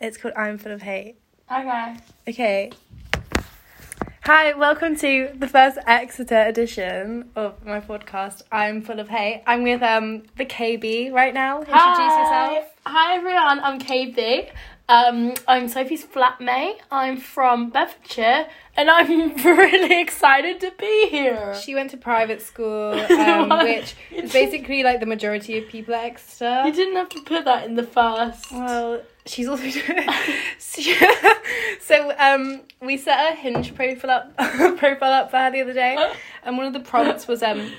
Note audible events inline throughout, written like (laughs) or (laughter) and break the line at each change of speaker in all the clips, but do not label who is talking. It's called I'm Full of Hate.
Okay.
Okay. Hi, welcome to the first Exeter edition of my podcast. I'm full of hate. I'm with um the KB right now. Introduce
Hi.
yourself.
Hi everyone, I'm KB. Um, I'm Sophie's flatmate. I'm from Bedfordshire and I'm (laughs) really excited to be here.
She went to private
(laughs)
school, um,
What?
which is basically like the majority of people at
You
Exeter.
didn't have to put that in the first.
Well, she's also (laughs)
(laughs)
so um we set a hinge profile up (laughs) profile up for her the other day, and one of the prompts was um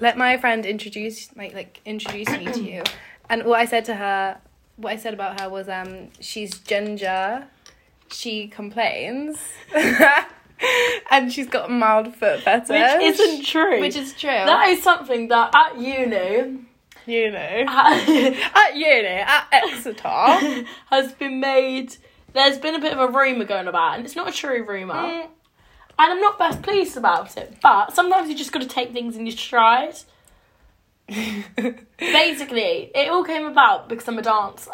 let my friend introduce like like introduce me to you, and what I said to her, what I said about her was um she's ginger, she complains, (laughs) and she's got mild foot fetish,
which isn't true.
which is true.
that is something that at uni (laughs)
you know.
ha-
At uni, at
(laughs)
Exeter. (laughs)
has been made. There's been a bit of a rumour going about, and it's not a true rumour.
Mm.
And I'm not best pleased about it, but sometimes you just got to take things in your stride. Basically, it all came about because I'm a dancer.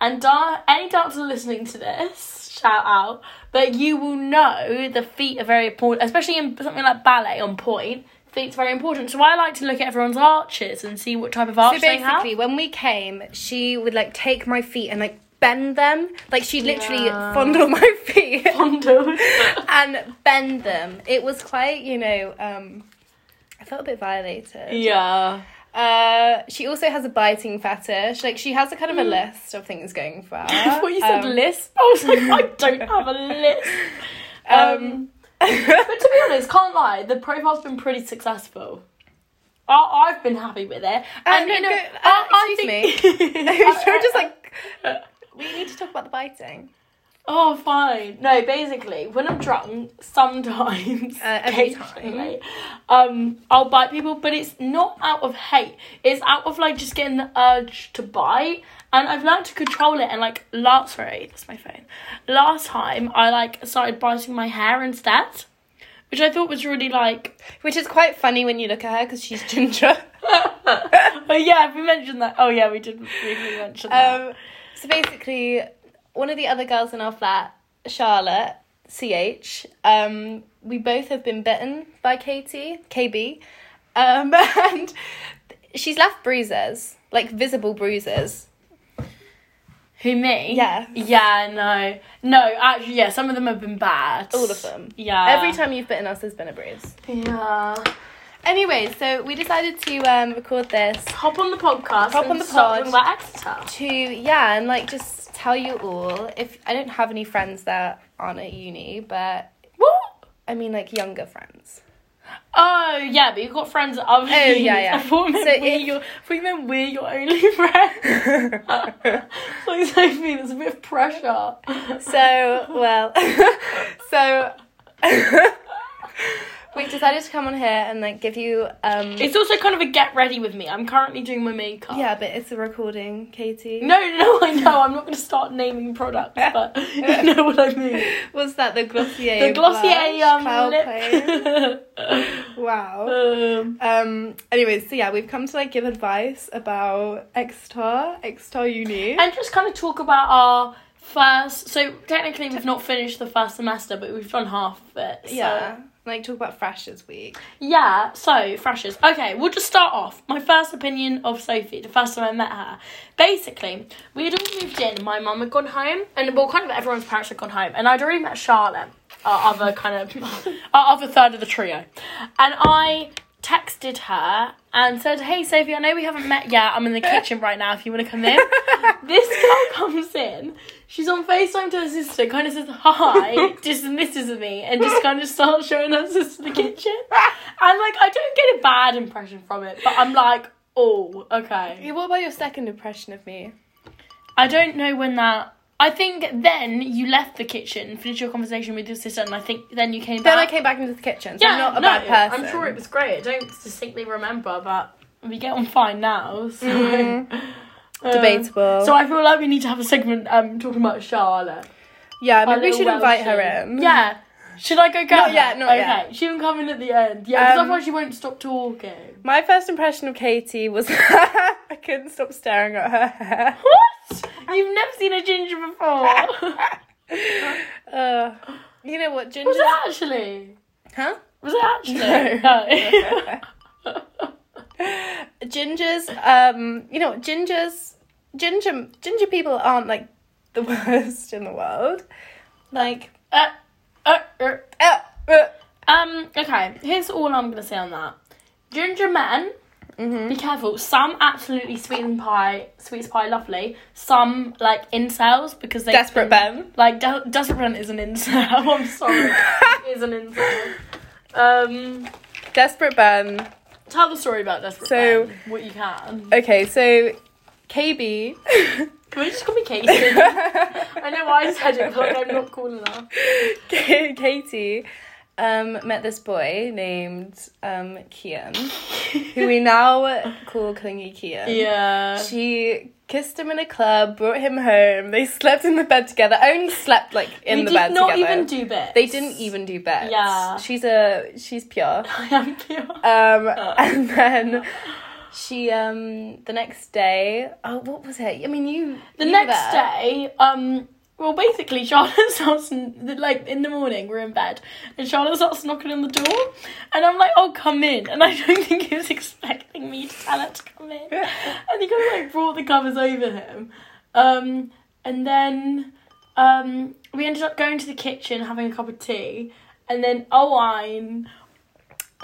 And da- any dancer listening to this, shout out, but you will know the feet are very important, especially in something like ballet on point. Feet's very important. So I like to look at everyone's arches and see what type of arch
So
they have. (laughs)
basically, when we came, she would like take my feet and like bend them. Like she'd literally
Yeah.
fondle (laughs) my feet (laughs)
Fondled.
and bend them. It was quite, you know, um, I felt a bit violated.
yeah.
Uh, she also has a biting fetish. Like she has a kind of a list of things going
(laughs)
for (laughs) her.
I thought Mm. you said
Um,
list. (laughs) I was like, I don't have a list. Um,
Um,
but to be honest, can't lie, the profile's been pretty successful. I, I've been happy with it. And,
no,
you know,
go- uh,
I,
excuse
me. (laughs)
(laughs) You're just like we need to talk about the biting.
Oh, fine. No, basically, when I'm drunk, sometimes,
Uh, every
occasionally, um, I'll bite people, but it's not out of hate. It's out of like just getting the urge to bite, and I've learned to control it. And like last, sorry, that's my phone. Last time, I like started biting my hair instead, which I thought was really like.
Which is quite funny when you look at her because she's ginger.
Oh yeah, we mentioned that. Oh yeah, we did briefly mention that.
Um, so basically, one of the other girls in our flat, Charlotte, CH, um, we both have been bitten by Katie, KB, um, (laughs) and she's left bruises, like visible bruises.
Who me?
Yeah.
Yeah. No. No. Actually, yeah. Some of them have been bad.
All of them.
Yeah.
Every time you've bitten us, there's been a bruise.
Yeah.
Anyway, so we decided to um, record this
Hop on the podcast.
Hop
and
on the pod.
start talking about Exeter.
to, yeah, and like just tell you all if I don't have any friends that aren't at uni, but
What?
I mean like younger friends.
Oh yeah, but you've got friends at other.
yeah,
uni.
yeah.
(laughs) I thought you meant,
So
we're,
if-
your, I thought you meant we're your only (laughs) friend. like Sophie, there's a bit of pressure.
So, well, (laughs) so (laughs) we decided to come on here and like give you um
It's also kind of a get ready with me. I'm currently doing my makeup.
yeah, but it's a recording, Katie.
No, no, I know. I'm not going to start naming (laughs) products, but you know what I mean.
was that the Glossier?
The Glossier
blush,
um,
cloud
(laughs)
plane?
lip.
Wow.
(laughs) um,
Um. Anyways, so yeah, we've come to like give advice about Extar, Extar Uni.
and just kind of talk about our first. So technically, we've not finished the first semester, but we've done half of it. so-
yeah. Like talk about freshers week.
Yeah, so freshers. Okay, we'll just start off. My first opinion of Sophie, the first time I met her. Basically, we had all moved in, my mum had gone home, and well, kind of everyone's parents had gone home, and I'd already met Charlotte, our other kind of, (laughs) our other third of the trio. And I texted her and said, Hey Sophie, I know we haven't met yet, I'm in the kitchen right now if you want to come
(laughs)
in. this girl comes in, she's on FaceTime to her sister, kind of
(laughs)
says hi, dismisses me, and just kind of starts showing her sister the kitchen. And like, I don't get a bad impression from it, but I'm like, oh, okay.
Hey, what about your second impression of me?
I don't know when that. I think then you left the kitchen, finished your conversation with your sister, and I think then you came
Then I
back.
came back into the kitchen. So I'm not a bad person.
I'm sure it was great. I don't distinctly remember, but we get on fine now. So. (laughs)
Mm.
Uh,
debatable.
So I feel like we need to have a segment um talking about Charlotte.
yeah,
Our
maybe we
little
should invite her
Welshie.
in.
Yeah. Should I go get
Not
her?
yet, not
okay.
yet.
She can come in at the end. Yeah, because
Um,
otherwise she won't stop talking.
(laughs) My first impression of Katie was I couldn't stop staring at her hair.
What? You've never seen a ginger before.
(laughs)
was
Uh, you know what, ginger?
it actually?
Huh?
Was it actually? (laughs) Oh. No.
Gingers, um, you know, what, gingers, ginger, ginger people aren't like the (laughs) worst in the world. Like,
uh, uh, uh.
uh, uh,
Um, okay, here's all I'm gonna say on that. Ginger men, be careful. Some absolutely sweet and pie, sweet pie, lovely. Some like incels because they
desperate Ben.
Like De- desperate Ben is an incel. (laughs)
(laughs)
I'm sorry, is an incel. Um,
Desperate Ben.
tell the story about desperate
So-
Ben. What you can.
Okay, so KB.
Can we just call me Katie? (laughs) I know I said it, but I'm not cool enough.
Katie um, met this boy named um, Kian, who we now call Clingy Kian.
Yeah.
She kissed him in a club, brought him home. They slept in the bed together. I only slept like in
we
the
did
bed
not
together.
even do bits.
they didn't even do beds.
Yeah.
She's a she's pure.
(laughs) I am pure.
Um,
Uh.
and then she um the next day. Oh, what was it? I mean, you.
The
you were
next
there.
day, um, well, basically, Charlotte (laughs) starts n- like in the morning. We're in bed, and Charlotte starts knocking on the door, and I'm like, "Oh, come in!" And I don't (laughs) think he was expecting me to tell her to come in,
(laughs)
and he kind of like brought the covers over him, um, and then um, we ended up going to the kitchen having a cup of tea, and then Owen.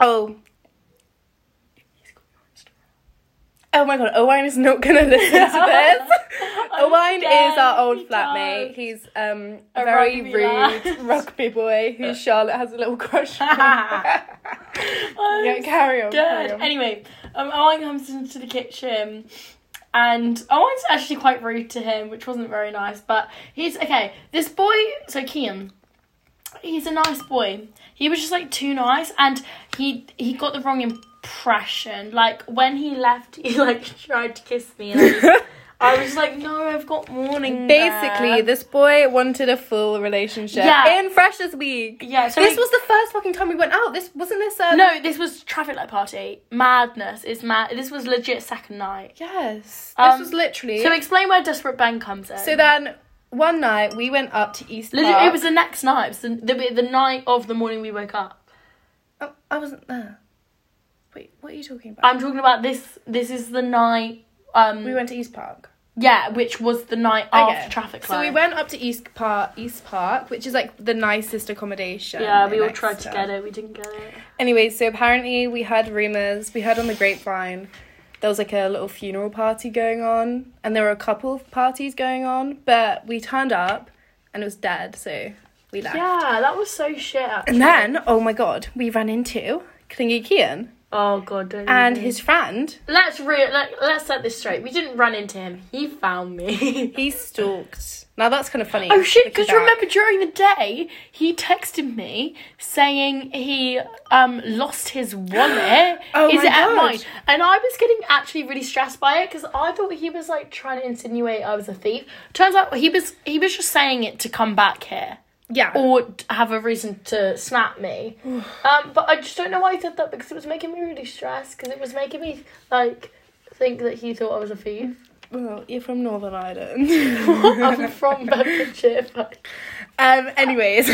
Oh. Oh my god, Owen is not gonna (laughs)
(laughs)
listen to this. Owen is our old
(laughs)
flatmate. (laughs) He's um, a
A
very
rugby
rude (laughs)
lad.
rugby boy
(laughs)
who Charlotte has a little crush on.
I'm
yeah, carry on. Carry (laughs)
Good.
on.
Anyway, um, Owen comes into the kitchen, and Owen's actually quite rude to him, which wasn't very nice. But he's okay. This boy, so Kian, he's a nice boy. He was just like too nice, and he he got the wrong impression. Like when he left, he (laughs) like tried to kiss me, and I was, I was like, no, I've got (laughs) morning.
Basically,
there."
this boy wanted a full relationship
Yeah.
in Freshers Week.
yeah. So
this
he-
was the first fucking time we went out. This wasn't this.
(laughs)
Um,
no. This was traffic light party madness. It's mad. This was legit second night.
Yes.
Um,
this was literally.
So
So,
explain where Desperate Ben comes in.
then one night we went up to East
Legit,
Park.
it was the next night. It was the, the, the night of the morning we woke up.
Oh, I wasn't there. Wait, what are you talking about?
I'm talking about this. This is the night. Um,
we went to East Park.
yeah, which was the night
Okay.
after traffic
So we
light.
went up to East Park, East Park, which is like the nicest accommodation.
Yeah, we
in
all tried to
Exeter.
get it. We didn't get it.
Anyway, so apparently we heard rumors. We heard on the grapevine there was like a little funeral party going on, and there were a couple of parties going on, but we turned up and it was dead, so we left.
Yeah, that was so shit. Actually.
And then, oh my god, we ran into Klingy Kian
oh god, don't
and
even-
his friend.
let's re- let, let's set this straight. We didn't run into him. He found me. (laughs)
He stalked. Now that's kind of funny.
Oh shit! Because
looking back.
remember during the day he texted me saying he um lost his wallet.
(gasps) Oh
Is
my
it at
God.
mine? And I was getting actually really stressed by it because I thought he was like trying to insinuate I was a thief. Turns out he was he was just saying it to come back here
Yeah.
or t- have a reason to
(sighs)
snap me. um, but I just don't know why he said that because it was making me really stressed because it was making me like think that he thought I was
(laughs)
a thief.
Well, you're from Northern Ireland. (laughs)
I'm from Bedfordshire. but-
um. Anyways.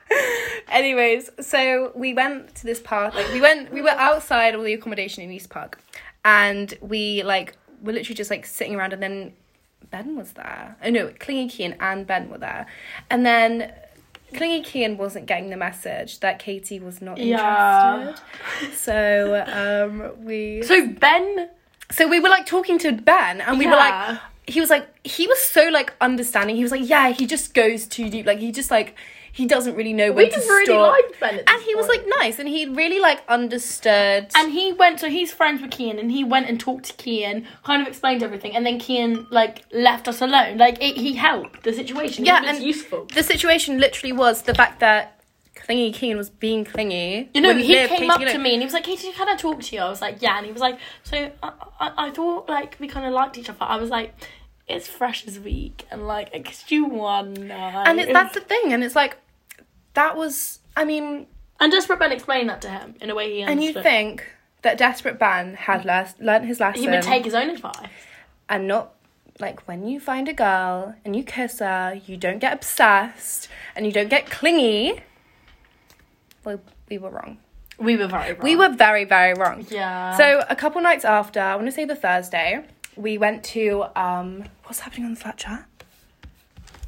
(laughs) anyways, so we went to this park. Like we went, we were outside all the accommodation in East Park, and we like were literally just like sitting around, and then Ben was there. Oh no, Clingy Kean and Ben were there, and then. Clingy Kean wasn't getting the message that Katie was not
Yeah.
interested. So um, we
So Ben
So we were like talking to Ben, and we were
Yeah.
like, he was like, he was so like understanding. He was like, yeah, he just goes too deep. Like he just like he doesn't really know when
We
to
just really
stop.
liked Ben. At
and he was like nice, and he really like understood.
and he went. So he's friends with Kian, and he went and talked to Kian, kind of explained everything, and then Kian like left us alone. Like it, he helped the situation.
Yeah,
it was
and-
useful.
the situation literally was the fact that clingy Keen was being clingy.
You know,
when
he
lived-
came
you
up
know-
to me and he was like, "Katie, can I talk to you?" I was like, "Yeah," and he was like, "So I, I, I thought like we kind of liked each other." I was like, "It's fresh as week," and like, "I kissed you one night."
and it, that's the thing. And it's like that was. I mean,
and Desperate Ben explained that to him in a way he
and you
understood.
think that desperate Ben had less learnt his lesson
he would take his own advice.
and not like when you find a girl and you kiss her, you don't get obsessed and you don't get clingy. Well, we were wrong.
We were very wrong.
We were very, very wrong.
Yeah.
So a couple nights after, I want to say the Thursday, we went to um what's happening on the Snapchat? chat?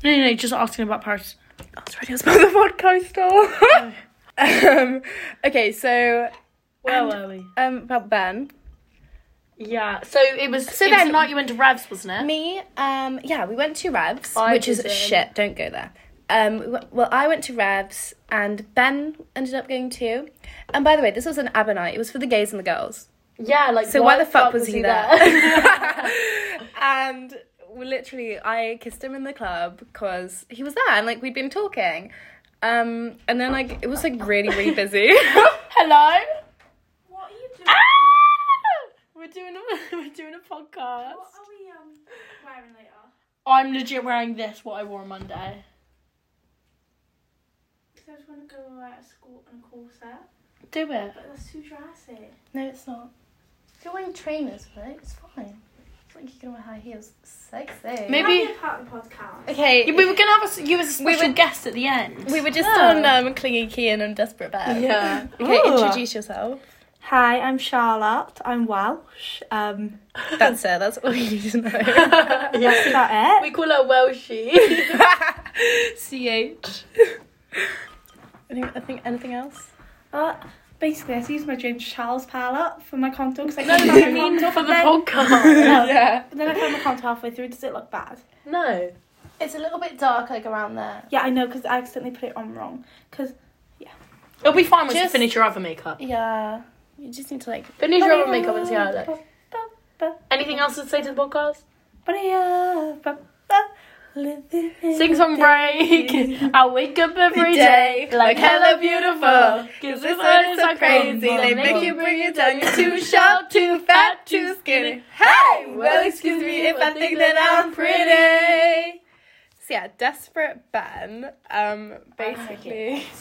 No, no, no, just asking about Paris.
I was ready to spell the podcast store. (laughs) um, okay, so
Where
And-
were we?
um about Ben.
Yeah. So it was. So
it was
then,
the
night you went to Revs, wasn't it?
Me, um, yeah, we went to Revs,
I
which is
didn't.
shit. Don't go there. Um, we went- well, I went to Revs, and Ben ended up going too. And by the way, this was an ABBA night. It was for the gays and the girls.
Yeah. Like.
So why the fuck was he (laughs) And literally, I kissed him in the club because he was there, and like we'd been talking. Um, and then like it was like really really busy.
(laughs)
(laughs)
Hello.
What are you doing?
Ah! We're doing a (laughs) we're doing a podcast.
What are we um wearing later?
I'm legit wearing this. What I wore on Monday.
Because I just want to go out of school in a corset,
Do it.
but that's too dressy.
no, it's not. You're wearing trainers, right? It's fine. It's like you can wear high heels. Sexy.
Maybe-
Might be a part of the podcast.
Okay.
Yeah, we were gonna have us. You as a
We
special guest at the end.
We were just
Yeah.
on um, Clingy Kean and Desperate Bear.
Yeah.
Okay,
Ooh.
introduce yourself.
Hi, I'm Charlotte. I'm Welsh. Um,
That's it. That's all you need to (laughs) know.
that's
(laughs)
about
We
it.
call her (laughs) Welshie.
Ch. Any- I think anything else.
But Uh, basically, I use my James Charles palette for my
(laughs)
contour because I
no,
couldn't
no,
find
I
my
mean
contour,
for the
but then-
podcast. (laughs)
No,
Yeah.
But (laughs) then I found my contour halfway through. Does it look bad?
No.
It's a little bit dark, like around there.
Yeah, I know because I accidentally put it on wrong. Because
It'll be fine once you
Just-
finish your other makeup.
Yeah. You just need to like.
Finish your other makeup and see how it looks.
looks.
Anything else to say to the podcast?
But yeah, but- but living in
Sing song
the
break.
day.
(laughs) I wake up every
Day,
day
like
like
hella
hella beautiful. Cause this one is so crazy. They make you
bring it down. You're (laughs) too short, too fat, too skinny. Hey! Well, excuse me if I think that I'm pretty. So yeah, desperate Ben. Um, basically. (laughs)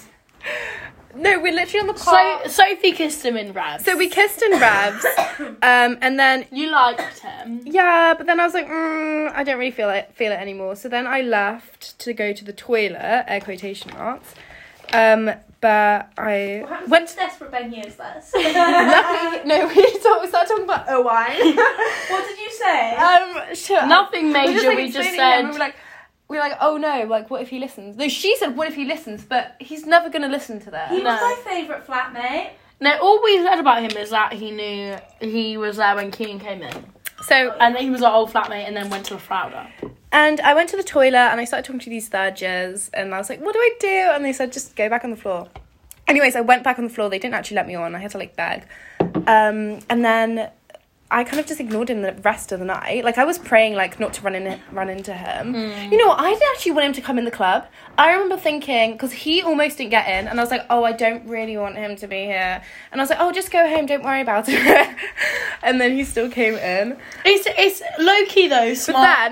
No, we're literally on the
So
park.
Sophie kissed him in raps.
So we kissed (coughs) in Revs, um, and then
You liked him.
yeah, but then I was like, mm, I don't really feel it, feel it anymore. So then I left to go to the toilet, air quotation marks. Um, but I
What
went.
to desperate Ben years this?
Luckily, (laughs) no, we started, we started talking about OI.
(laughs) what did you
(laughs)
say?
um, shut up.
Nothing
We were
major.
like,
we
explaining
just
to him,
said.
and we were like, we were like, oh no, like what if he listens? No, she said, what if he listens? But he's never gonna listen to that.
he
no.
was my favourite flatmate.
no, all we said about him is that he knew he was there when Keenan came in,
So
and then he was our old flatmate, and then went to the Frowder.
And I went to the toilet and I started talking to these third years and I was like, what do I do? And they said, just go back on the floor. Anyways, I went back on the floor. They didn't actually let me on. I had to like beg. Um, and then I kind of just ignored him the rest of the night. Like I was praying like not to run in run into him. You know, what? I didn't actually want him to come in the club. I remember thinking because he almost didn't get in, and I was like, oh, I don't really want him to be here. And I was like, oh, just go home. Don't worry about it. (laughs) and then he still came in.
It's it's low key though. Smart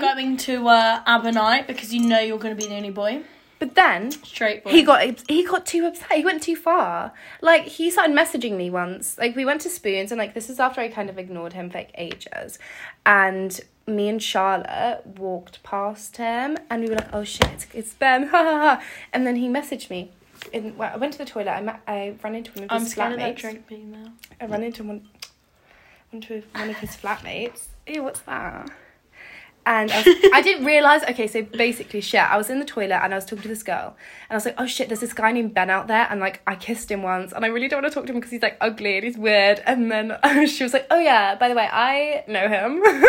then-
going to uh, ABBA night because you know you're going to be the only boy,
But then
straight boy.
He got he got too upset. He went too far. Like he started messaging me once. Like we went to Spoons and like this is after I kind of ignored him for like ages, and me and Charlotte walked past him and we were like, oh shit, it's, it's Ben, (laughs) ha ha ha. And then he messaged me. And well, I went to the toilet. I, ma- I ran into one of his
I'm scared of that
flatmates.
drink being there.
I ran into one, into one of his flatmates. Ew, what's that? And I, was- I didn't realize. Okay, so basically, shit. I was in the toilet and I was talking to this girl, and I was like, "Oh shit, there's this guy named Ben out there," and like I kissed him once, and I really don't want to talk to him because he's like ugly and he's weird. And then (laughs) she was like, "Oh yeah, by the way, I know him. (laughs)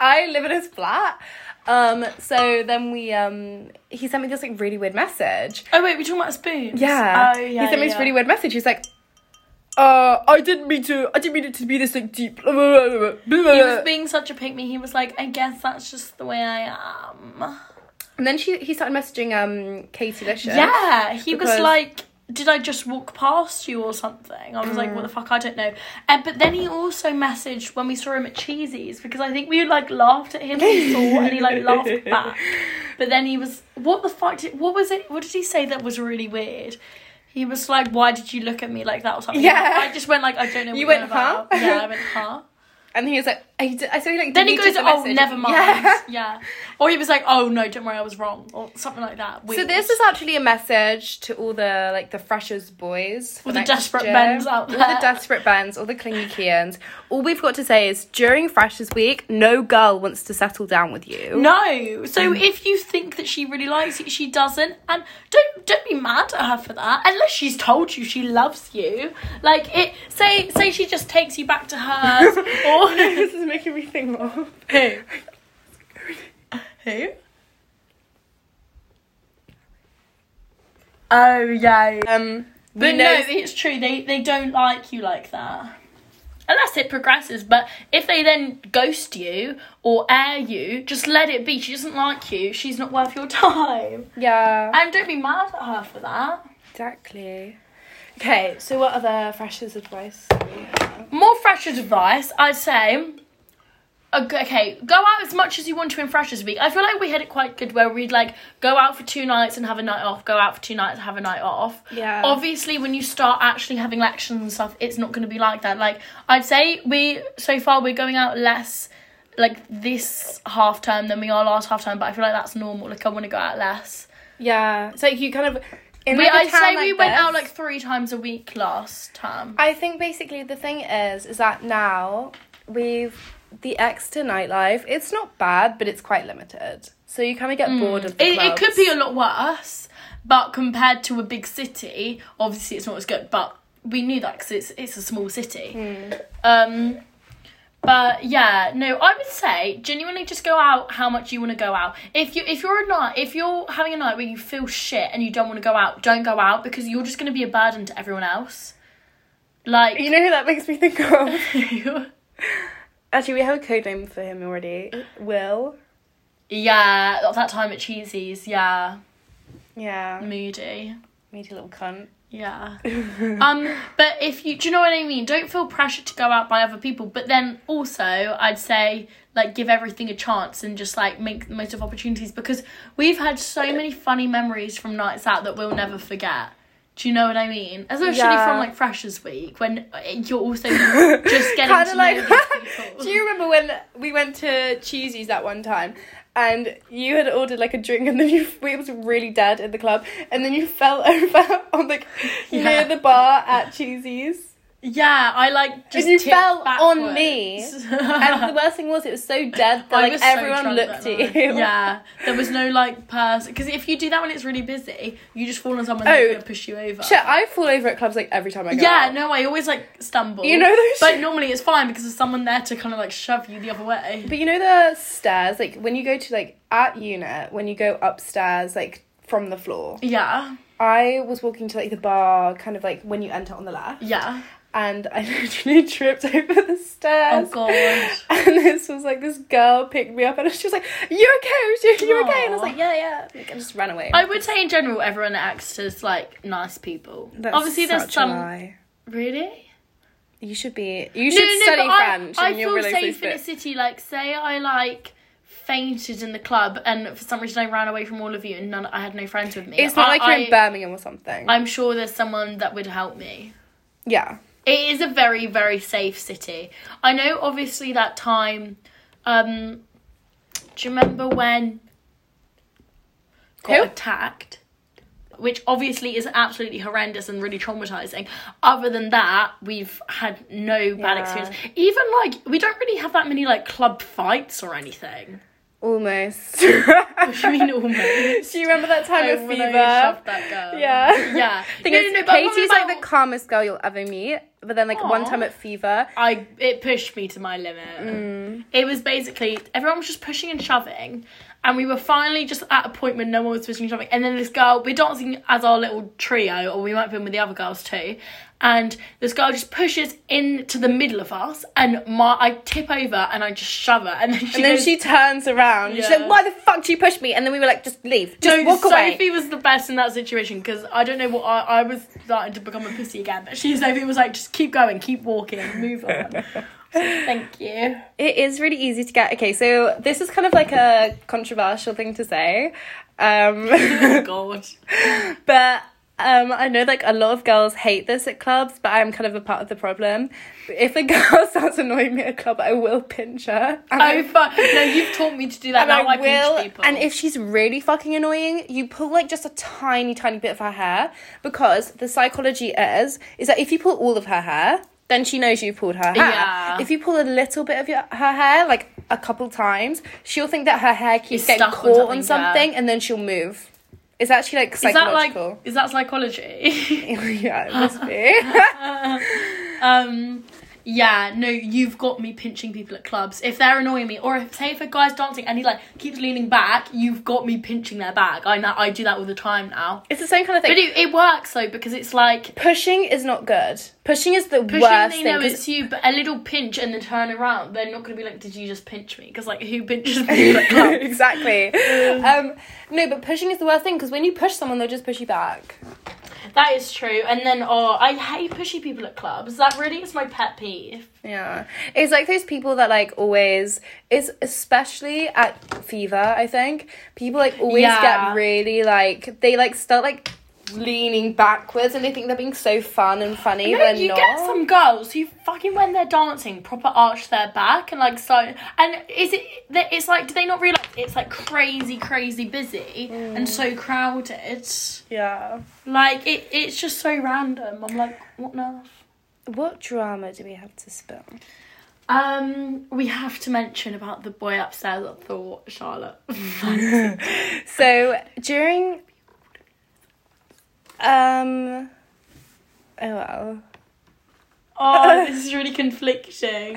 I live in his flat." Um, so then we um, he sent me this like really weird message,
Oh wait, we're talking about spoons.
yeah.
Oh yeah.
He sent me
yeah.
this really weird message. He's like, uh, I didn't mean to. I didn't mean it to be this like deep. Blah, blah, blah, blah, blah.
He was being such a pick me. He was like, I guess that's just the way I am.
and then she he started messaging um Katie Lisher.
Yeah, he
Because-
was like, did I just walk past you or something? I was like,
Mm.
what the fuck, I don't know. And but then he also messaged when we saw him at Cheesy's because I think we like laughed at him. He saw and he like
(laughs)
laughed back. But then he was, what the fuck? Did, what was it? What did he say that was really weird? He was like, why did you look at me like that or something?
Yeah.
I just went like, I don't know. What
You
you're
went, (laughs)
about.
huh?
Yeah, I went huh.
And he was like, I, d- I saw you like.
Then he goes,
deleted the
oh,
message." (laughs)
never mind.
Yeah.
Yeah. Or he was like, oh, no, don't worry, I was wrong. Or something like that.
(laughs) So
Weird.
this is actually a message to all the like the freshers boys, for
All the
next
desperate
year.
bends
all
out
the
there.
desperate bands, all the clingy Kians. All we've got to say is during freshers week, no girl wants to settle down with
(laughs)
you. (laughs)
No. So
Mm.
if you think that she really likes you, she doesn't, and don't don't be mad at her for that. Unless she's told you she loves you, like it. Say say she just takes you back to
(laughs)
hers, or
this is making me think more.
who? Who? Oh yeah.
Um, we
But no,
know-
it's true. They they don't like you like that. Unless it progresses, but if they then ghost you or air you, just let it be. She doesn't like you. She's not worth your (laughs) time.
yeah,
And don't be mad at her for that.
exactly. Okay, so what other freshers advice?
More freshers advice, I'd say. a g- Okay, go out as much as you want to in Freshers Week. I feel like we had it quite good where we'd like go out for two nights and have a night off, go out for two nights and have a night off.
Yeah.
Obviously, when you start actually having lectures and stuff, it's not going to be like that. Like, I'd say we, so far, we're going out less like this half term than we are last half term, but I feel like that's normal. Like, I want to go out less.
Yeah, it's like you kind of. In
We,
like a
I'd
town
say
like
we went
this-
out like three times a week last term.
I think basically the thing is, is that now with the Exeter nightlife, it's not bad, but it's quite limited. So you kind of get bored of the
Mm. It, it
clubs.
could be a lot worse, but compared to a big city, obviously it's not as good. But we knew that because it's it's a small city.
Hmm.
Um, but yeah, no, I would say genuinely just go out how much you want to go out. If you if you're a night if you're having a night where you feel shit and you don't want to go out, don't go out because you're just going to be a burden to everyone else. Like
You know who that makes me think of?
know.
Actually, we have a code name for him already. Will.
(laughs) yeah, that- that time at Cheesy's, yeah, Mm.
Yeah.
moody.
Meaty little cunt.
Yeah.
(laughs)
um, but if you do you know what I mean? Don't feel pressured to go out by other people, but then also I'd say like give everything a chance and just like make the most of opportunities because we've had so many funny memories from nights out that we'll never forget. Do you know what I mean? Especially
Yeah.
from like Freshers Week when uh,
(laughs)
you're also just getting
Kinda
to know
like-
these
(laughs)
people.
Do you remember when we went to Cheesy's that one time? And you had ordered like a drink, and then you it was really dead in the club, and then you fell (laughs) over on like
Yeah.
near the bar at Cheesy's.
Yeah, I like just
you
tipped
fell on me.
backwards. (laughs)
and the worst thing was it was so dead that
I
like
was so
everyone
drunk
looked
that
at
night.
you.
Yeah, there was no like person because if you do that when it's really busy, you just fall on someone
Oh,
that's gonna push you over.
Shit, I fall over at clubs like every time I go.
yeah,
out.
no, I always like stumble.
You know those.
(laughs) but normally it's fine because there's someone there to kind of like shove you the other way.
but you know the stairs, like when you go to like at unit, when you go upstairs, like from the floor.
Yeah,
I was walking to like the bar, kind of like when you enter on the left,
yeah.
and I (laughs) literally tripped over the
Oh
stairs.
god.
(laughs) And this was like this girl picked me up, and she was like, "You okay? Are you okay?" And I was
Aw.
like, "Yeah, yeah." Like, I just ran away.
I would say in general, everyone at Exeter's like nice people.
That's
Obviously,
such
there's
a
some
lie.
really.
You should be. You should
no,
study
but I-
French,
I,
and you'll
feel
realize
safe in a
this.
city. Like, say I like fainted in the club, and for some reason I ran away from all of you, and none. I had no friends with me.
It's not
I-
like you're
I-
in Birmingham or something.
I'm sure there's someone that would help me.
yeah.
It is a very, very safe city. I know, obviously, that time. Um, do you remember when got
Who?
attacked? Which obviously is absolutely horrendous and really traumatizing. Other than that, we've had no bad
Yeah.
experience. Even like we don't really have that many like club fights
(laughs)
or anything. (laughs)
Almost.
I mean,
(laughs)
almost.
Do you remember that time
Oh,
of
when
fever?
I shoved that
(laughs)
girl.
Yeah.
Yeah.
Thing is,
but I'm
Katie's
talking
like the
about-
calmest girl you'll ever meet. But then, like one
Aw.
time at fever,
I it pushed me to my limit.
Mm.
It was basically everyone was just pushing and shoving, and we were finally just at a point when no one was pushing and shoving. And then this girl, we're dancing as our little trio, or we might have been with the other girls too. And this girl just pushes into the middle of us, and my I tip over and I just shove her, and then she
and then
goes,
she turns around. She's
Yeah.
like, "Why the fuck do you push me?" And then we were like, "Just leave. Just
No,
walk
Sophie
away."
was the best in that situation because I don't know what I, I was starting to become a pussy again, but she Sophie was like, just keep going, keep walking, move on.
(laughs)
So, Thank you.
It is really easy to get. Okay, so this is kind of like
Oh
a controversial thing to say. Um,
God.
(laughs) But Um, I know like a lot of girls hate this at clubs, but I'm kind of a part of the problem. If a (laughs) girl starts annoying me at a club, I will pinch her. And I-
Oh, fuck. No, you've taught me to do that.
and
Now I,
I will.
pinch people.
And if she's really fucking annoying, you pull like just a tiny, tiny bit of her hair because the psychology is is that if you pull all of her hair, then she knows you pulled her hair.
Yeah.
If you pull a little bit of your, her hair, like a couple times, she'll think that her hair keeps
It's
getting
stuck on
caught on
something, yeah.
something, and then she'll move. It's actually like
is that like
psychological. (laughs)
is that psychology? (laughs)
yeah, it must be.
um, yeah, no, you've got me pinching people at clubs if they're annoying me, or if say if a guy's dancing and he like keeps leaning back, you've got me pinching their back. I know I do that all the time now.
it's the same kind of thing.
But it, it works though because it's like
Pushing is not good. Pushing is the
pushing.
worst
they
thing.
know
'cause
it's you, but a little pinch and then turn around. They're not gonna be like, "Did you just pinch me?" Because like, who
(laughs)
pinches people at clubs?
exactly. Um, no, but pushing is the worst thing because when you push someone, they'll just push you back.
That is true. And then, oh, I hate pushy people at clubs. That really is my pet peeve.
Yeah, it's like those people that like always is especially at fever. I think people like always
Yeah.
get really like they like start like leaning backwards and they think they're being so fun and funny.
No,
they're
you
not.
get some girls who fucking when they're dancing proper arch their back and like start and is it that it's like do they not realize it's like crazy crazy busy and so crowded
yeah.
like it it's just so random I'm like what now
What drama do we have to spill?
um we have to mention about the boy upstairs that thought Charlotte
(laughs) So during, um, oh well.
(laughs) oh this is really conflicting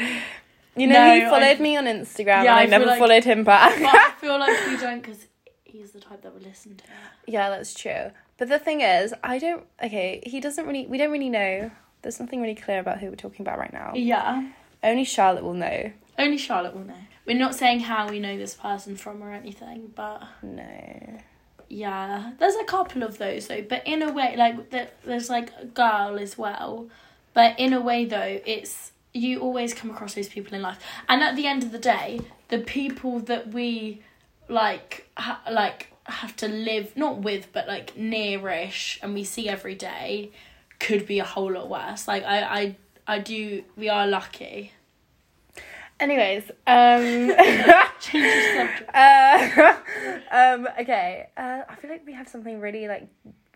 You know, he
No, I-
followed me on Instagram and
Yeah, I
I,
feel
never
like-
followed him
but
(laughs) back.
I feel like we don't because he's the type that would listen to
yeah, that's true. But the thing is, I don't. Okay, he doesn't really. We don't really know. There's nothing really clear about who we're talking about right now.
yeah
Only Charlotte will know.
only Charlotte will know we're not saying how we know this person from or anything but
No.
Yeah, there's a couple of those though, but in a way, like th- there's like a girl as well, but in a way though, it's you always come across those people in life, and at the end of the day, the people that we like ha- like have to live not with but like nearish and we see every day could be a whole lot worse. Like I I I do we are lucky. (laughs)
Anyways, (laughs) um,
Change the subject.
uh, (laughs) um, okay. Uh, I feel like we have something really like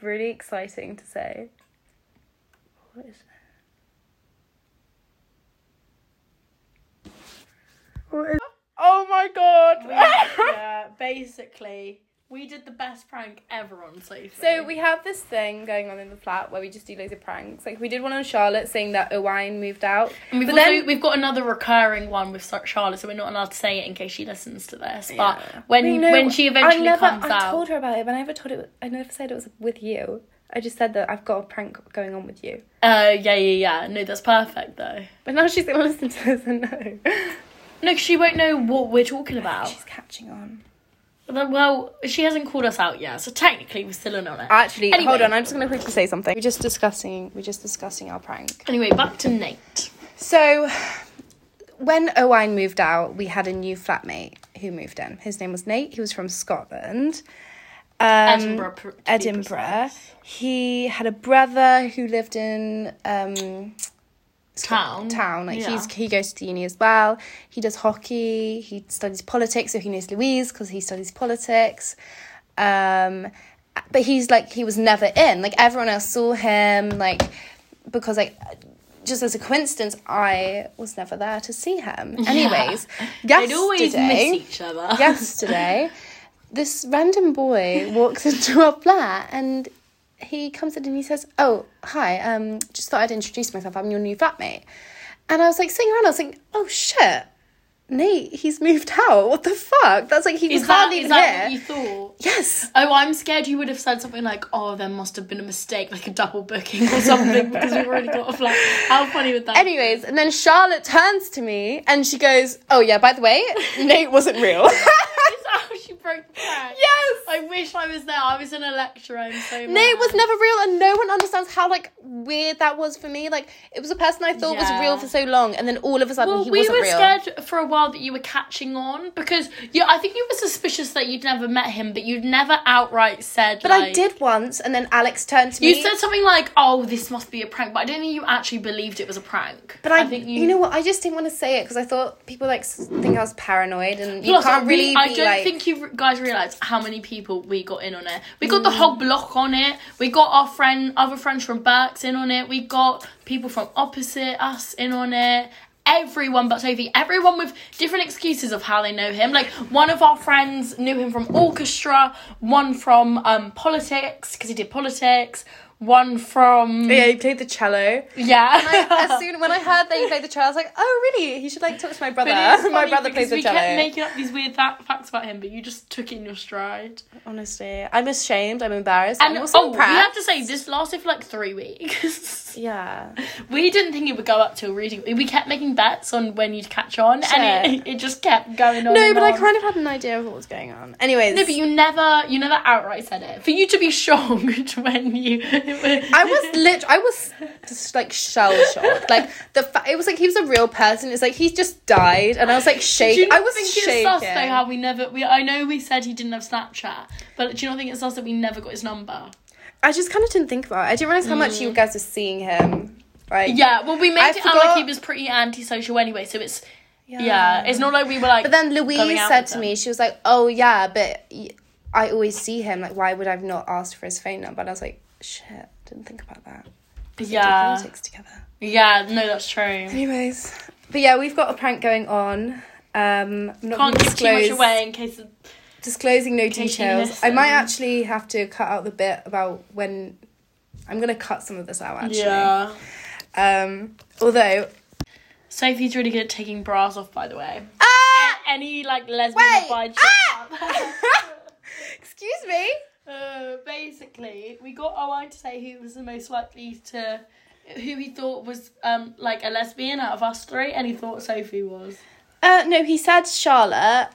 really exciting to say. What is it? What is? Oh my god. (laughs)
yeah, basically. We did the best prank ever on Sophie.
So we have this thing going on in the flat where we just do loads of pranks. Like we did one on Charlotte saying that Owain moved out.
And we've
But
also,
then-
we've got another recurring one with Sar- Charlotte, so we're not allowed to say it in case she listens to this. But
Yeah.
when
We know-
when she
I
eventually
never,
comes
I
out,
told her about it, but I never told it. I never said it was with you. I just said that I've got a prank going on with you.
uh, yeah, yeah, yeah. No, that's perfect though.
But now she's gonna (laughs) listen to this and know.
No, 'cause she won't know what we're talking about.
She's catching on.
Then, Well, she hasn't called us out yet, so technically we're still in on it.
Actually,
Anyway.
hold on. I'm just gonna quickly say something. We're just discussing. We're just discussing our prank.
Anyway, back to Nate.
So, when Owain moved out, we had a new flatmate who moved in. His name was Nate. He was from Scotland. Um,
Edinburgh, pr- to be
Edinburgh. He had a brother who lived in um,
Town.
town. Like
Mm, Yeah.
he's he goes to uni as well. He does hockey. He studies politics, so he knows Louise because he studies politics. Um, but he's like he was never in. Like everyone else saw him. Like because like just as a coincidence, I was never there to see
(laughs)
him. Anyways,
They'd always
yesterday-
miss each other.
yesterday, this random boy walks into our flat and he comes in and he says, Oh, hi, um, just thought I'd introduce myself. I'm your new flatmate. And I was like sitting around, I was like, Oh shit, Nate, he's moved out. What the fuck? That's like he
(laughs) Is
was
that,
hardly
is
even
that what
here.
you thought?
yes.
Oh, I'm scared you would have said something like, "Oh, there must have been a mistake, like a double booking or something, because we've already got a flat." How funny would that?
Anyways, and then Charlotte
(laughs)
turns to me and she goes, Oh yeah, by the way, Nate wasn't real. (laughs)
Is that how she Frank prank.
Yes.
I wish I was there. I was in a lecture. I'm so mad.
No, it was never real, and no one understands how like weird that was for me. Like it was a person I thought
Yeah.
was real for so long, and then all of a sudden
Well,
he
we
wasn't
were
real.
scared for a while that you were catching on because you. I think you were suspicious that you'd never met him, but you'd never outright said.
But I
like-
did once, and then Alex turned to me.
You said something like, "Oh, this must be a prank," but I don't think you actually believed it was a prank.
but I, you... know what? I just didn't want to say it because I thought people like s- think I was paranoid, and you
Plus,
can't
we-
really.
I
be,
don't
like...
think you guys realize how many people we got in on it. We got the
Mm.
whole block on it. We got our friend, other friends from Berks in on it. We got people from opposite us in on it. Everyone but Sophie. Everyone with different excuses of how they know him. Like one of our friends knew him from orchestra. One from um, politics because he did politics. One from
Yeah, he played the cello.
yeah.
(laughs) as soon when I heard that he played the cello, I was like, "Oh, really? He should like talk to my brother.
But it
(laughs)
is
my
funny
brother
because
plays the
we
cello."
kept making up these weird fa- facts about him, but you just took it in your stride.
Honestly, I'm ashamed. I'm embarrassed.
And
I'm also
oh,
proud.
we have to say this lasted for like three weeks. (laughs)
Yeah.
we didn't think it would go up till reading. We kept making bets on when you'd catch on, and it, it just kept going on.
No,
and
but I
on.
kind of had an idea of what was going on. Anyways,
No, but you never, you never outright said it. For you to be (laughs) shocked when you,
I was lit. I was just like shell shocked. Like the fa- it was like he was a real person. It's like he just died, and I was like
(laughs) Do you
shaking.
not
I was
think
shaking.
it's sus though how we never? We I know we said he didn't have Snapchat, but do you not think it's sus that we never got his number?
I just kind of didn't think about it. I didn't realize how much you guys were seeing him. Like
Hmm. Yeah, well, we made
I
it sound
forgot-
like he was pretty antisocial anyway, so it's yeah. it's not like we were like.
But then Louise
going out
said
with
to
them.
me, she was like, "Oh yeah, but y- I always see him. Like, why would I've not asked for his phone number?" And I was like, "Shit, didn't think about that."
yeah,
Politics together.
yeah, no, that's true.
Anyways, but yeah, we've got a prank going on. Um, I'm not
Can't
gonna
give too much
disclose-
away in case. Of...
disclosing no
case you
details. I might
listen.
actually have to cut out the bit about when I'm gonna cut some of this out actually.
Yeah,
Um although
Sophie's really good at taking bras off, by the way.
Ah
Any like
Wait!
lesbian
Ah! (laughs) Excuse me.
Uh, basically, we got Owen to say who was the most likely to, who he thought was um like a lesbian out of us three, and he thought Sophie was
Uh no, he said Charlotte.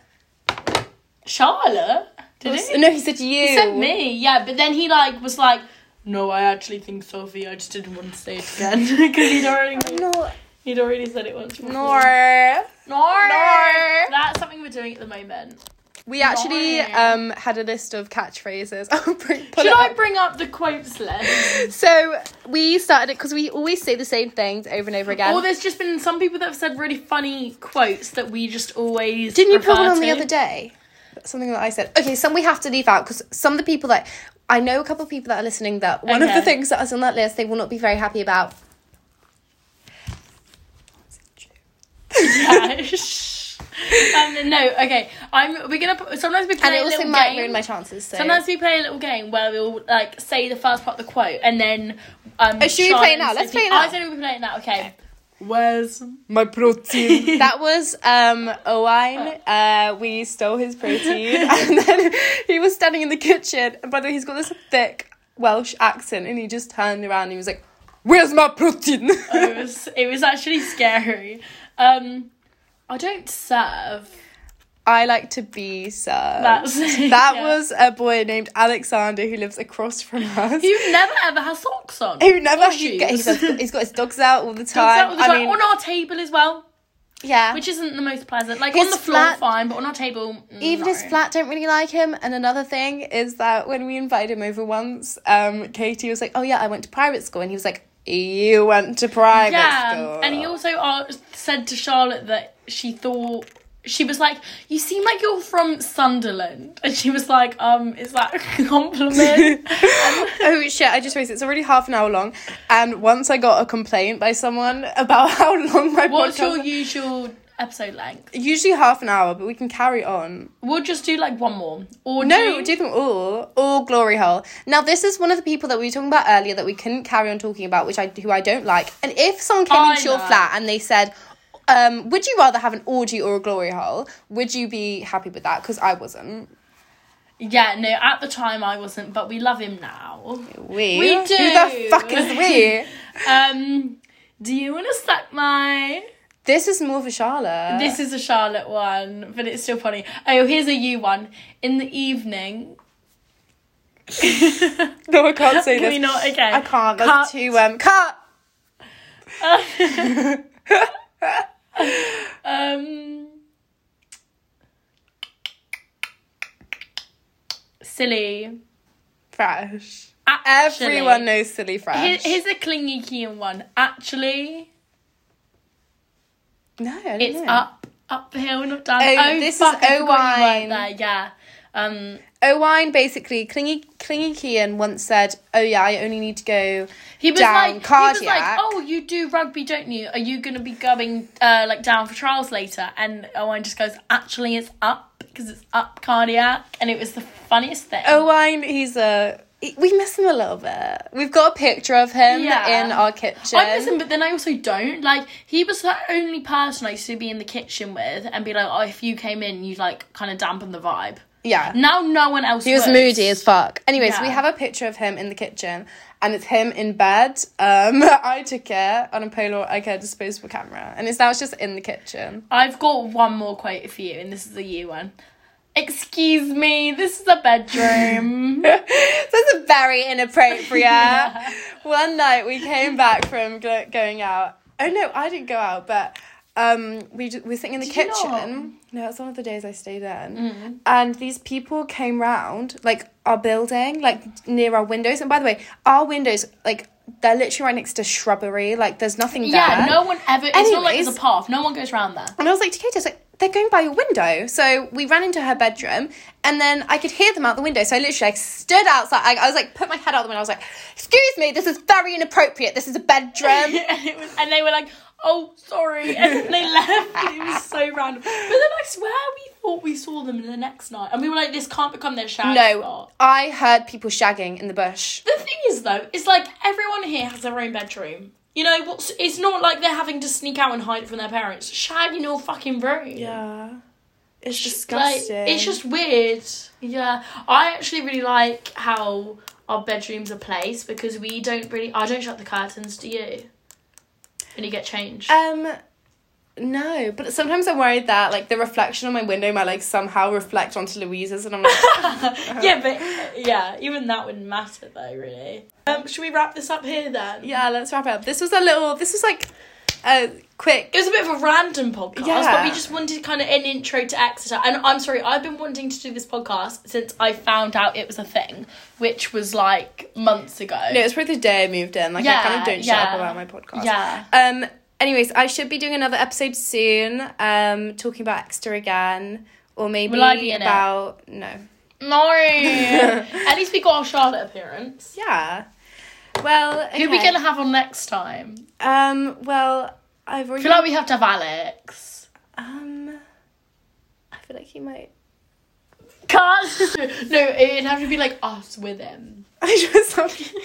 Charlotte. Did he?
No, he said you.
He said me, yeah, but then he like was like, no, I actually think Sophie. I just didn't want to say it again (laughs) because he'd already
No,
he'd already said it once. Before.
nor.
nor,
Nor.
That's something we're doing at the moment.
We actually
Nor.
um had a list of catchphrases. (laughs) I'll bring, pull
Should
it
I
up.
bring up the quotes list?
So we started it because we always say the same things over and over again.
or there's just been some people that have said really funny quotes that we just always
Didn't you put
refer
one on the
to.
other day? Something that I said. Okay, some we have to leave out because some of the people that I know a couple of people that are listening that one of the
Okay.
things that is on that list they will not be very happy about.
(laughs) Yeah. shh.
(laughs)
um, no, okay. I'm. We're gonna. put- Sometimes we play
And it
a
also
little
might
game.
ruin my chances. So.
Sometimes we play a little game where we'll like say the first part of the quote and then um
Oh, should we
Sean
play it
and
now? Let's play
Sophie-
it
Oh,
now.
I said we play it now, okay.
where's my protein? (laughs) that was um Owen.
Oh.
Uh, we stole his protein, (laughs) and then he was standing in the kitchen. And by the way, he's got this thick Welsh accent, and he just turned around and he was like, "Where's my protein?" (laughs)
it was it was actually scary. Um I don't serve.
I like to be served.
That's (laughs)
That
yeah.
was a boy named Alexander who lives across from us.
You never ever has socks
(laughs)
on.
who never
Or
he,
shoes.
he's, got,
(laughs)
he's got his dogs out all the
Dogs out
time.
all the
I
time,
mean,
on our table as well,
yeah.
which isn't the most pleasant. Like
His
on the floor,
flat-
fine, but on our table, mm,
Even
no.
his flat don't really like him. And another thing is that when we invited him over once, um, Katie was like, "Oh yeah, I went to private school," and he was like, "You went to private
Yeah,
school."
and he also asked, said to Charlotte that she thought she was like, "You seem like you're from Sunderland," and she was like, "Um, is that a
(laughs)
compliment?"
oh shit! I just realized it's already half an hour long, and once I got a complaint by someone (laughs) about how long my
What's
podcast.
your usual episode length?
Usually half an hour, but we can carry on.
We'll just do like one more, or
No,
do,
do them all. All glory hole. Now, this is one of the people that we were talking about earlier that we couldn't carry on talking about, which I who I don't like. And if someone came
I
into your
know.
flat and they said, um, "Would you rather have an orgy or a glory hole?" Would you be happy with that? Because I wasn't.
yeah, no. At the time, I wasn't, but we love him now.
We.
We
Who the
do. (laughs)
fuck is we?
Um, do you want to suck my?
This is more for Charlotte.
This is a Charlotte one, but it's still funny. Oh, here's a you one. In the evening.
(laughs) (laughs) no, I can't say
Can
this.
(laughs) we not? Okay.
I can't. That's
Cut.
too um. Cut. (laughs)
(laughs) um. Silly.
Fresh.
Actually.
Everyone knows silly fresh.
Here- Here's a clingy key one. Actually,
no, I don't
it's
know.
up, up the hill, not down.
Oh, this is
fuck, I forgot you
Owine.
weren't there. Yeah. Um.
Owine basically, Clingy Clingy Kean once said, "Oh yeah, I only need to go."
He was
down
like, he was
cardiac.
like, oh, you do rugby, don't you? Are you going to be going uh, like down for trials later? And Owen just goes, actually, it's up because it's up cardiac, and it was the funniest thing.
Owine, he's a. he- We miss him a little bit. We've got a picture of him
Yeah.
in our kitchen.
I miss him, but then I also don't. Like, he was the only person I used to be in the kitchen with and be like, oh, if you came in, you'd like kind of dampen the vibe.
Yeah.
Now no one else
He was
would.
moody as fuck. Anyways, we
Yeah.
have a picture of him in the kitchen, and it's him in bed. Um, (laughs) I took it on a Polaroid, like a disposable camera, and it's now it's just in the kitchen.
I've got one more quote for you, and this is a you one. Excuse me, this is a
(laughs)
bedroom.
That's a very
(laughs)
inappropriate. One night we came back from go- going out. Oh no, I didn't go out, but um, we ju- we were sitting in the
Did you not? Mm.
kitchen. No, it's one of the days I stayed in, and these people came round like our building, like near our windows. And by the way, our windows like they're literally right next to shrubbery. Like there's nothing there.
Yeah, no one ever. It's not like there's
Anyways.
a path. No one goes round there.
And I was like to Kate, I was like, they're going by your window. So we ran into her bedroom and then I could hear them out the window. So I literally like, stood outside. I, I was like, put my head out the window. I was like, excuse me, this is very inappropriate. This is a
(laughs)
bedroom.
and, it was, and they were like, "Oh, sorry," (laughs) and they left. It was so random. But then I swear we thought we saw them the next night, and we were like, "This can't become their shag
no,
spot."
I heard people shagging in the bush.
The thing is, though, it's like everyone here has their own bedroom. You know, what's it's not like they're having to sneak out and hide from their parents. Shag in your fucking room.
Yeah. It's
Like, it's just weird. Yeah. I actually really like how our bedrooms are placed because we don't really. I don't shut the curtains, do you? When you get changed.
Um, no, but sometimes I'm worried that like the reflection on my window might like somehow reflect onto Louise's, and I'm like, (laughs)
yeah, but yeah, even that wouldn't matter though, really. Um, should we wrap this up here then?
yeah, let's wrap it up. This was a little. This was like a quick.
It was a bit of a random podcast,
Yeah.
but we just wanted kind of an intro to Exeter. And I'm sorry, I've been wanting to do this podcast since I found out it was a thing, which was like months ago.
No, it's probably the day I moved in. Like I
Yeah,
kind of don't shut up
yeah.
about my podcast.
yeah.
Um. Anyways, I should be doing another episode soon. Um, talking about extra again, or maybe
Will I be in it?
about no.
(laughs) No. At least we got our Charlotte appearance.
Yeah. Well.
Who are we
okay.
gonna have on next time?
Um. Well, I've
I
already.
feel like we have to have Alex.
um. I feel like he might. (laughs)
Can't. (laughs) no, it'd have to be like us with him.
I just. okay.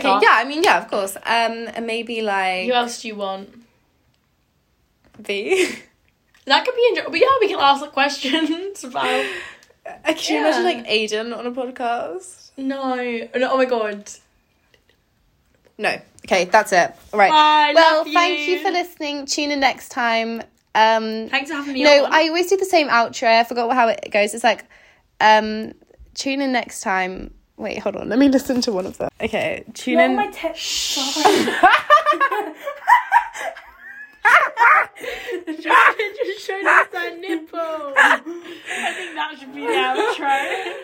Huh?
Yeah. I mean. Yeah. Of course. Um. And maybe like (laughs)
Who else do you want?
V.
That could be interesting. But yeah, we can ask like, questions (laughs) about.
Can you
Yeah.
imagine like Aiden on a podcast?
No. no oh my god.
No. Okay. That's it. All right.
Bye.
well
love
thank you for listening tune in next time um
Thanks for having me
no
on. (laughs)
i always do the same outro i forgot how it goes it's like um tune in next time wait hold on let me listen to one of them okay tune
Not
in
my tits. Sorry.
(laughs)
just showed us that
(laughs)
nipple. I think that should be the outro.
oh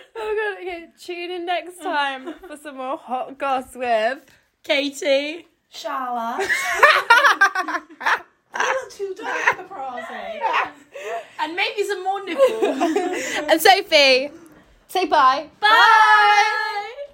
god okay tune in next time for some more hot goss with
Katie.
Charlotte. you look too dark for
eh?
prosy.
And maybe some more nipples.
and sophie say (laughs) bye
Bye.